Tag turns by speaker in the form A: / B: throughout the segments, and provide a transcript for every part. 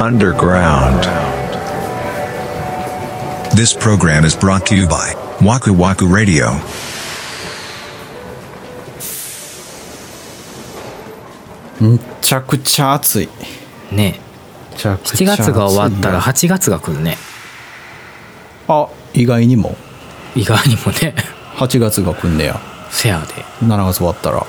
A: underground.
B: This program is brought to you by Waku Waku Radio.
C: めちゃくちゃ暑い
D: ね
C: めちゃく
D: 7
C: ちゃ暑い
D: 月が終わったら8月が来るね
C: あ意外にも
D: 意外にもね
C: 8月が来んねや
D: せやで
C: 7月終わったら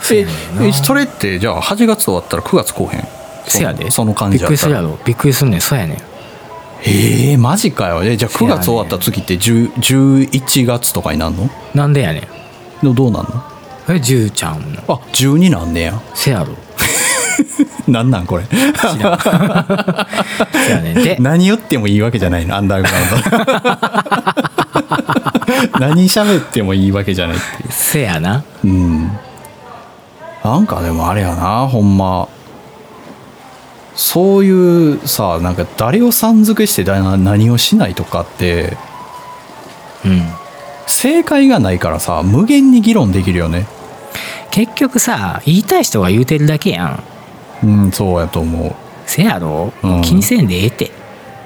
D: せやねんな
C: ええそれってじゃあ8月終わったら9月来おへん
D: せやで
C: その感じ
D: び
C: や
D: っ
C: っ
D: くり
C: た
D: するや
C: ら
D: ろびっくりするねんそうやねん
C: えー、マジかよえじゃあ
D: せ
C: 9
D: やね
C: 月終わった次って10 11月とかになんの
D: なんでやねん
C: でもどうなんの
D: えじゅうちゃんの
C: あ12なんねや
D: せやろ
C: なんなんこれ
D: せやねん で
C: 何言ってもいいわけじゃないのアンダーグラ ウンド何喋ってもいいわけじゃないっていう
D: せやな
C: うんなんかでもあれやなほんまそういうさなんか誰をさん付けしてだな何をしないとかって
D: うん
C: 正解がないからさ無限に議論できるよね
D: 結局さ言いたい人が言うてるだけやん
C: うんそうやと思
D: せやろ、
C: うん
D: 気にせんでええって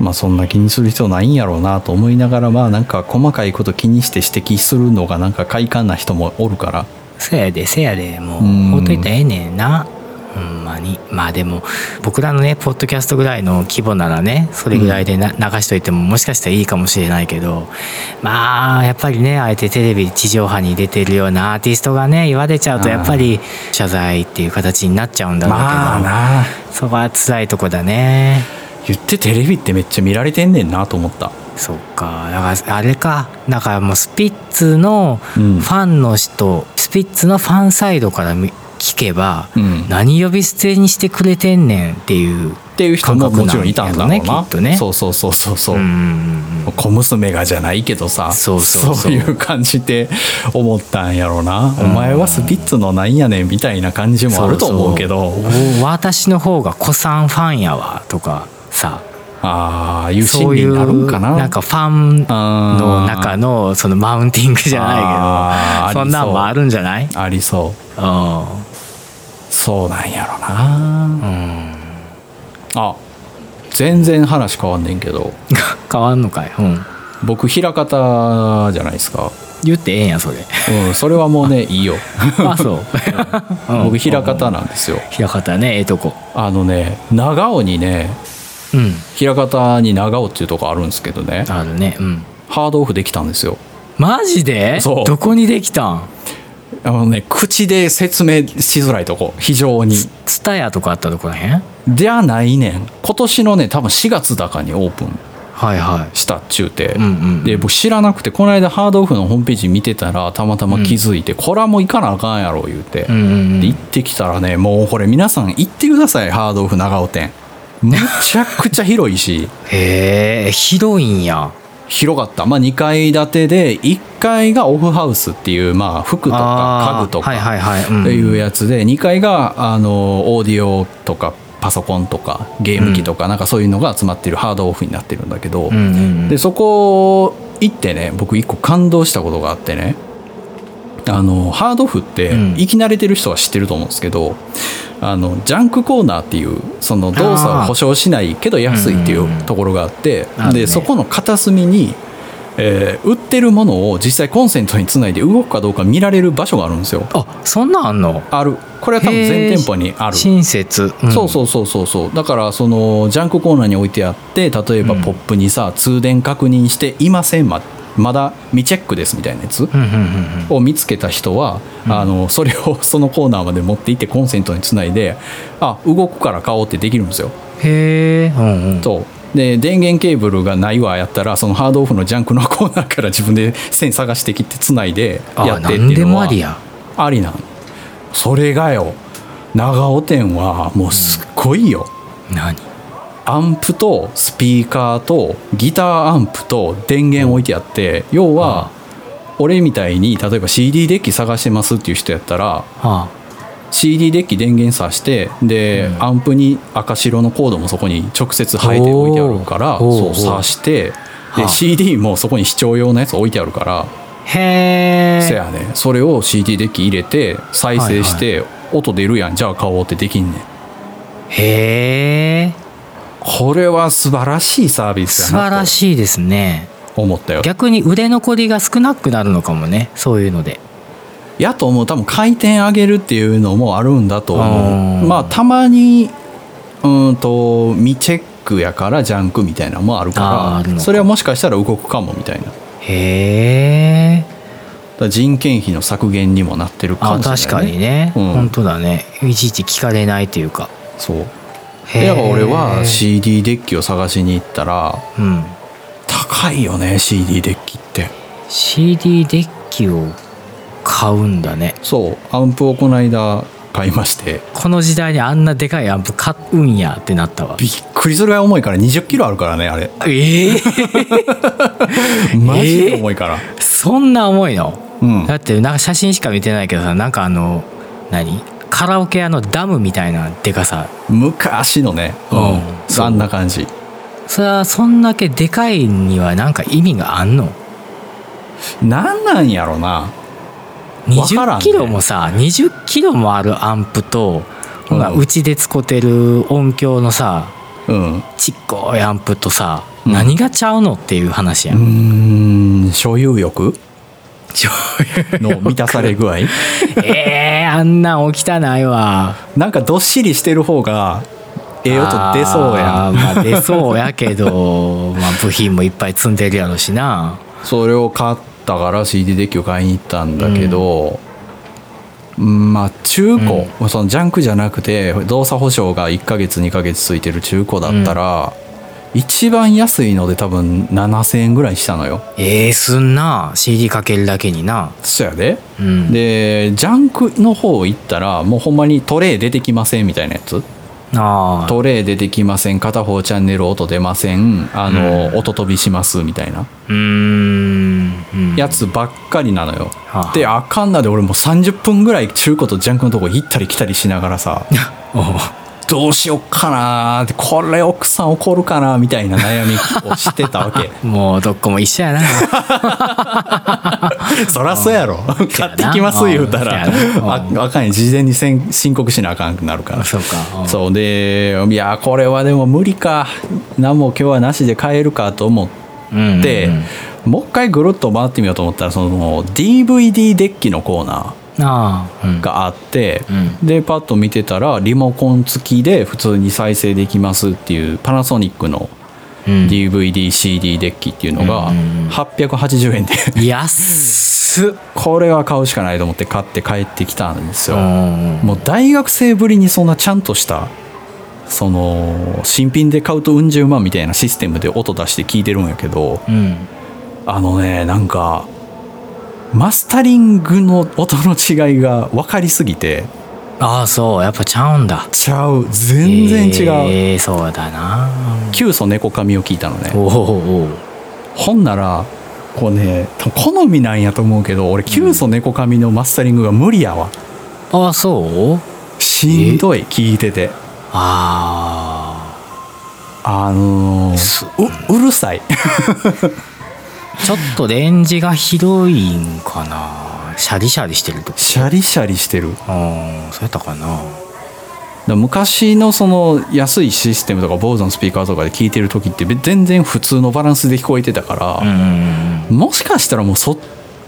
C: うまあそんな気にする必要ないんやろうなと思いながらまあなんか細かいこと気にして指摘するのがなんか快感な人もおるから
D: せやでせやでも
C: うん
D: うほっといたらええねんなほんまにまあでも僕らのねポッドキャストぐらいの規模ならねそれぐらいでな、流しといてももしかしたらいいかもしれないけどまあやっぱりねあえてテレビ地上波に出てるようなアーティストがね言われちゃうとやっぱり謝罪っていう形になっちゃうんだろうけど、
C: な
D: そこは辛いとこだね
C: 言ってテレビってめっちゃ見られてんねんなと思った
D: そっかだからあれかだからもうスピッツのフ
C: うん
D: ァンの人、スピッツのファンサイドからみ聞けば、
C: うん
D: 何呼び捨てにしてくれてんねんっていう
C: っていう人も
D: 感覚
C: もちろんいたんだろうな
D: なんやろねきっとね
C: そうそうそうそうそうう、
D: んうんうん
C: 小娘がじゃないけどさ
D: そうそうそう
C: いう感じで思ったんやろうな、お前はスピッツのなんやねんみたいな感じもあると思うけど
D: そうそうお私の方が子さんファンやわとかさ
C: ああいう心
D: そう
C: 理
D: い
C: になるん
D: う
C: かな
D: なんかファン
C: あー
D: の中のそのマウンティングじゃな
C: あー
D: いけどそんなんもあるんじゃない
C: ありそう
D: うん
C: そうなんやろなあ全然話変わんねんけど
D: 変わんのかい、うん、
C: 僕枚方じゃないですか、
D: 言ってええ んやそれ
C: うん、それはもう ねいいよ
D: あ そう
C: 僕枚方なんですよ
D: 平方ねええとこ
C: あのね長尾にね
D: うん
C: 枚方に長尾っていうとこあるんですけどね
D: あるねうん
C: ハードオフできたんですよ
D: マジで
C: そう
D: どこにできたん
C: あのね口で説明しづらいとこ非常に
D: ツタヤとかあったとこらへん
C: じゃないねん今年のね多分4月だかにオープン
D: はいは
C: したっちゅうて、
D: うんうん
C: で僕知らなくてこの間ハードオフのホームページ見てたらたまたま気づいて、これはもう行かなあかんやろ言うて、
D: うんうんうん
C: で行ってきたらねもうこれ皆さん行ってくださいハードオフ長尾店むちゃくちゃ広いし
D: いへえ広いんや
C: 広かった、まあ、2階建てで1階がオフハウスっていう、まあ、服とか
D: あー
C: 家具とか、
D: はいはいはい、
C: と
D: うん
C: いうやつで2階があのオーディオとかパソコンとかゲーム機とかなんかそういうのが集まってるハードオフになってるんだけど、
D: うんうんうん
C: でそこ行ってね僕一個感動したことがあってねあのハードオフって
D: うん
C: 生き慣れてる人は知ってると思うんですけど、あのジャンクコーナーっていうその動作を保証しないけど安いってい
D: うんうんう
C: うんところがあって、
D: あるね
C: でそこの片隅に、えー売ってるものを実際コンセントにつないで動くかどうか見られる場所があるんですよ。
D: あそんなんあんの
C: あるこれは多分全店舗にある
D: 親切、ん
C: そうそうそうそうそうだからそのジャンクコーナーに置いてあって例えば
D: うん
C: ポップにさ、通電確認していませんままだ未チェックですみたいなやつ
D: うんうんうんうん
C: を見つけた人は、あのそれをそのコーナーまで持って行ってコンセントにつないであ動くから買おうってできるんですよ
D: へえうんうん
C: とで電源ケーブルがないわやったらそのハードオフのジャンクのコーナーから自分で線探してきてつないでや
D: あ
C: ってって
D: なん
C: い
D: で
C: うの
D: もあ
C: は
D: りや
C: ありなんそれがよ長尾店はもうすっごいよ、
D: 何
C: アンプとスピーカーとギターアンプと電源置いてあって、要は俺みたいに例えば CD デッキ探してますっていう人やったら
D: あ
C: CD デッキ電源さしてで、
D: うん
C: アンプに赤白のコードもそこに直接生えて置いてあるから
D: おー
C: そ
D: お
C: う
D: ー
C: 挿してで
D: はあ
C: CD もそこに視聴用のやつ置いてあるから、
D: へえ
C: せやねそれを CD デッキ入れて再生して、音出るやんじゃあ買おうってできんねん
D: へえ
C: これは素晴らしいサービス
D: 素
C: だ
D: 晴
C: な
D: らしいですね
C: と思ったよ。
D: 逆に腕残りが少なくなるのかもねそういうので
C: やと思う多分回転上げるっていうのもあるんだと思う。
D: うん
C: まあたまにうーんと未チェックやからジャンクみたいなのもある
D: あー
C: か
D: ある
C: ら
D: のか
C: それはもしかしたら動くかもみたいな。だか
D: へえ
C: ら人件費の削減にもなってるか
D: あ
C: もしれない、
D: 確かにね、
C: うん
D: 本当だねいちいち聞かれないというか
C: そう。
D: へ
C: で
D: え
C: やっぱ俺は CD デッキを探しに行ったら
D: うん、
C: 高いよね CD デッキって。
D: CD デッキを買うんだね
C: そうアンプをこの間買いまして
D: この時代にあんなでかいアンプ買うんやってなったわ
C: びっくりするぐらい重いから2 0キロあるからねあれ
D: ええ
C: マジで重いから、
D: そんな重いの、
C: うん
D: だってなんか写真しか見てないけどさなんかあの何カラオケ屋のダムみたいなでかさ
C: 昔のね、
D: うんそう
C: あんな感じ
D: それはそんだけでかいにはなんか意味があんの
C: なんなんやろなわからん
D: 20
C: ね
D: キロもさ、20キロもあるアンプとほな
C: うん
D: うちで使ってる音響のさ
C: うんう
D: ちっこいアンプとさ、
C: うん
D: 何がちゃうのっていう話やん、
C: ーん所有欲
D: ちょ
C: の満たされ具合
D: えー、あんなん起きたないわ
C: なんかどっしりしてる方がええ音出そうや
D: あー
C: ん
D: まあ出そうやけど まあ部品もいっぱい積んでるやろうしな
C: それを買ったから CD デッキを買いに行ったんだけど、うんまあ中古、そのジャンクじゃなくて動作保証が1ヶ月2ヶ月ついてる中古だったら、一番安いので多分7000円ぐらいしたのよ
D: ええすんな CD かけるだけにな
C: そやで、
D: うん
C: でジャンクの方行ったらもうほんまにトレイ出てきませんみたいなやつ
D: ああ
C: トレイ出てきません片方チャンネル音出ませんあの、音飛びしますみたいな
D: うーんうん
C: やつばっかりなのよ、
D: はあ
C: であかんなで俺もう30分ぐらい中古とジャンクのとこ行ったり来たりしながら さ
D: おう
C: どうしよっかなーってこれ奥さん怒るかなみたいな悩みをしてたわ け
D: もうどっこも一緒 やな
C: そらそうやろ買ってきます言うたら
D: うんそうやな
C: あ
D: うん
C: あかんやん事前にせん申告しなあかんくなるから
D: そうかうん
C: そうでいやーこれはでも無理か何も今日はなしで買えるかと思って
D: うん
C: で、もう一回ぐるっと回ってみようと思ったらその DVD デッキのコーナ
D: ああ、うん
C: ーがあって、
D: う
C: でパッと見てたらリモコン付きで普通に再生できますっていうパナソニックの
D: うん
C: DVDCD デッキっていうのが
D: うんうんうん
C: 880円で
D: 安っ
C: これは買うしかないと思って買って帰ってきたんです
D: う
C: よ、
D: ん
C: もう大学生ぶりにそんなちゃんとしたその新品で買うとうん十万みたいなシステムで音出して聞いてるんやけど
D: うん
C: あのねなんかマスタリングの音の違いが分かりすぎて
D: ああそうやっぱちゃうんだ
C: ちゃう全然違う、
D: ええそうだな
C: 旧祖猫髪を聞いたの
D: お
C: ね
D: おおう
C: ほんならこうね多分好みなんやと思うけど俺旧祖猫髪のマスタリングが無理やわ
D: おうああそう
C: しんどい聞いてて
D: あ
C: あの
D: す
C: ーううるさい
D: あちょっとレンジが広いんかなシャリシャリしてるとか
C: シャリシャリしてる
D: うんそうやったかな
C: だから昔のその安いシステムとか BOSE のスピーカーとかで聞いてる時ってべ全然普通のバランスで聞こえてたから、
D: うんうんうん
C: もしかしたらもうそっ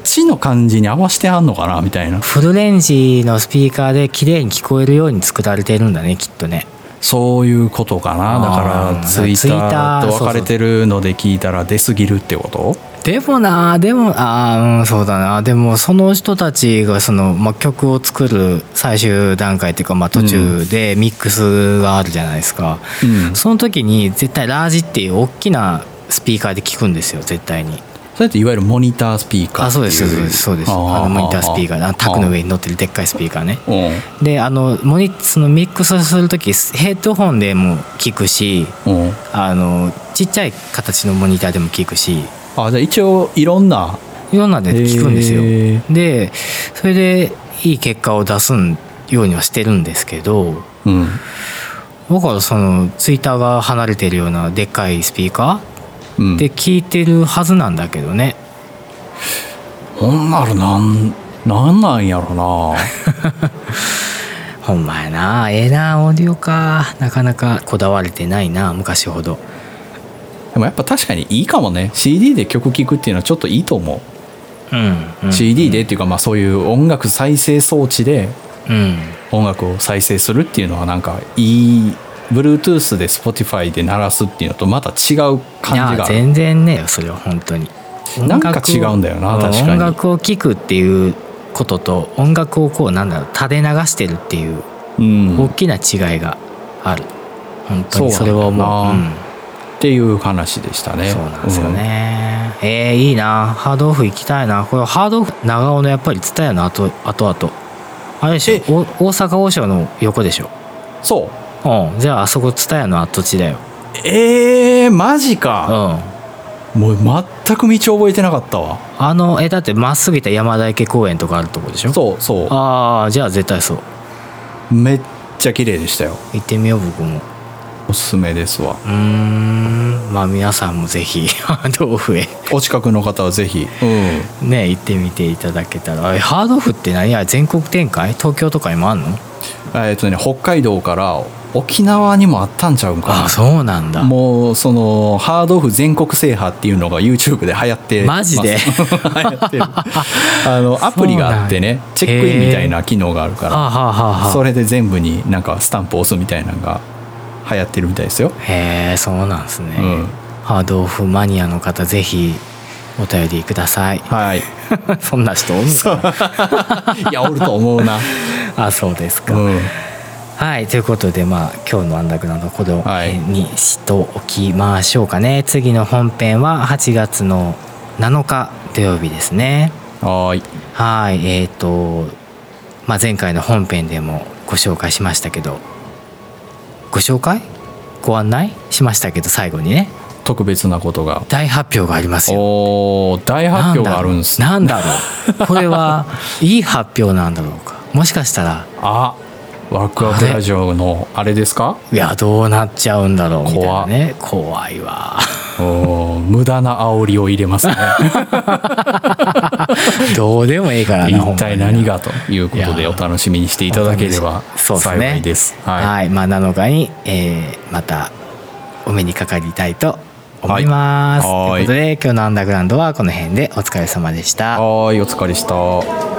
C: ちの感じに合わせてあんのかなみたいな
D: フルレンジのスピーカーで綺麗に聞こえるように作られてるんだねきっとね
C: そういうことかなだ
D: あ
C: か
D: ー
C: らツイッターと分かれてるので聞いたら出過ぎるってこと
D: でもなでもああうんそうだなでもその人たちがその、まあ、曲を作る最終段階っていうか、まあ、途中でミックスがあるじゃないですか、
C: うんそ
D: その時に絶対ラージっていう大きなスピーカーで聞くんですよ絶対に
C: れっていわゆるモニタースピーカー
D: あそうですそうですそうですあのモニタースピーカーあのタックの上
C: に
D: に乗ってるでっかいスピーカーね
C: うん
D: であのモニそのミックスする時ヘッドホンでも聞くし
C: うん
D: あのちっちゃい形のモニターでも聞くし
C: あじゃあ一応いろんない
D: ろんなんで聞くんですよ、
C: へー
D: でそれでいい結果を出すようにはしてるんですけど
C: うん
D: 僕はそのツイッターが離れてるようなでっかいスピーカ
C: うん
D: ーで聞いてるはずなんだけどね、
C: ほんならなんなんなんやろな
D: ほんまやなええなオーディオかなかなかこだわれてないな昔ほど
C: でもやっぱ確かにいいかもね CD で曲聴くっていうのはちょっといいと思
D: うん、う
C: う、
D: ん
C: CD でっていうかまあそういう音楽再生装置で
D: うん
C: 音楽を再生するっていうのはなんかいい Bluetooth で Spotify で鳴らすっていうのとまた違う感じ
D: いや
C: がある
D: 全然ねそれは本当に
C: なんか違うんだよな
D: 音楽を
C: 確かに
D: 音楽を聴くっていうことと音楽をこうなんだろう垂れ流してるっていう
C: うん
D: 大
C: っ
D: きな違いがある、本当に
C: そ
D: そうれ
C: なんだ
D: は思
C: な
D: う、うん
C: ていう話でしたね
D: そうなんですよね、えー、いいなハードオフ行きたいなこれハードオフ長尾のやっぱり蔦屋のあとあとあとあれでし
C: え
D: ょお大阪王将の横でしょ
C: うんそう
D: うんじゃああそこ蔦屋の跡地だよ
C: えー、マジ
D: う
C: か、
D: ん
C: もう全く道覚えてなかったわ
D: あのえだってまっすぐ行った山田池公園とかあるとこでしょう
C: そうそ
D: ああじゃあ絶対そう
C: うめっちゃ綺麗でしたよ
D: 行ってみよう僕も
C: おすすめですわ
D: うーんまあ皆さんもぜひハードオフへ
C: お近くの方はぜひ、うん、
D: ね行ってみていただけたらあれハードオフって何や全国展開東京とかにもあんの
C: えっとね北海道から沖縄にもあったんちゃうん
D: あ
C: か
D: そうなんだ
C: なもうそのハードオフ全国制覇っていうのが YouTube で流行って
D: マジで
C: ます 流行ってるあのアプリがあってねチ
D: そうなんや
C: ェックインみたいな機能がある
D: あは
C: か
D: あはあ
C: ら
D: は
C: それで全部になんかスタンプ押すみたいなのが流行ってるみたいですよ
D: あへえそうなんですね、
C: うん
D: ハードオフマニアの方ぜひお便りください
C: はい
D: そんな人おるのか
C: いやおると思うな、
D: なあ そうです
C: う
D: か、
C: ん、
D: はいということでまあ今日の安楽なところ
C: はい
D: にしておきましょうかね、次の本編は8月の7日土曜日ですね
C: はーい
D: はいえー、と、まあ、前回の本編でもご紹介しましたけどご紹介ご案内しましたけど最後にね
C: 特別なことが
D: 大発表がありますよ
C: おー大発表があるんですね
D: なんだろうなんだろうこ れはいい発表なんだろうかもしかしたら
C: あワクワクラジオのあれですか
D: いやどうなっちゃうんだろうみたいなね怖いわ
C: おー無駄な煽りを入れます ね
D: どうでもいいからなほん
C: 一
D: ま
C: 体
D: に
C: 何がということ
D: い
C: で
D: や
C: お楽しみにしていただければ
D: そうですね
C: 幸いです
D: はい、
C: はい、
D: まあ7日に、えーまたお目にかかりたいと思います、
C: はい
D: ということで今日のアンダーグラウンドはこの辺でお疲れ様でした
C: はーいお疲れした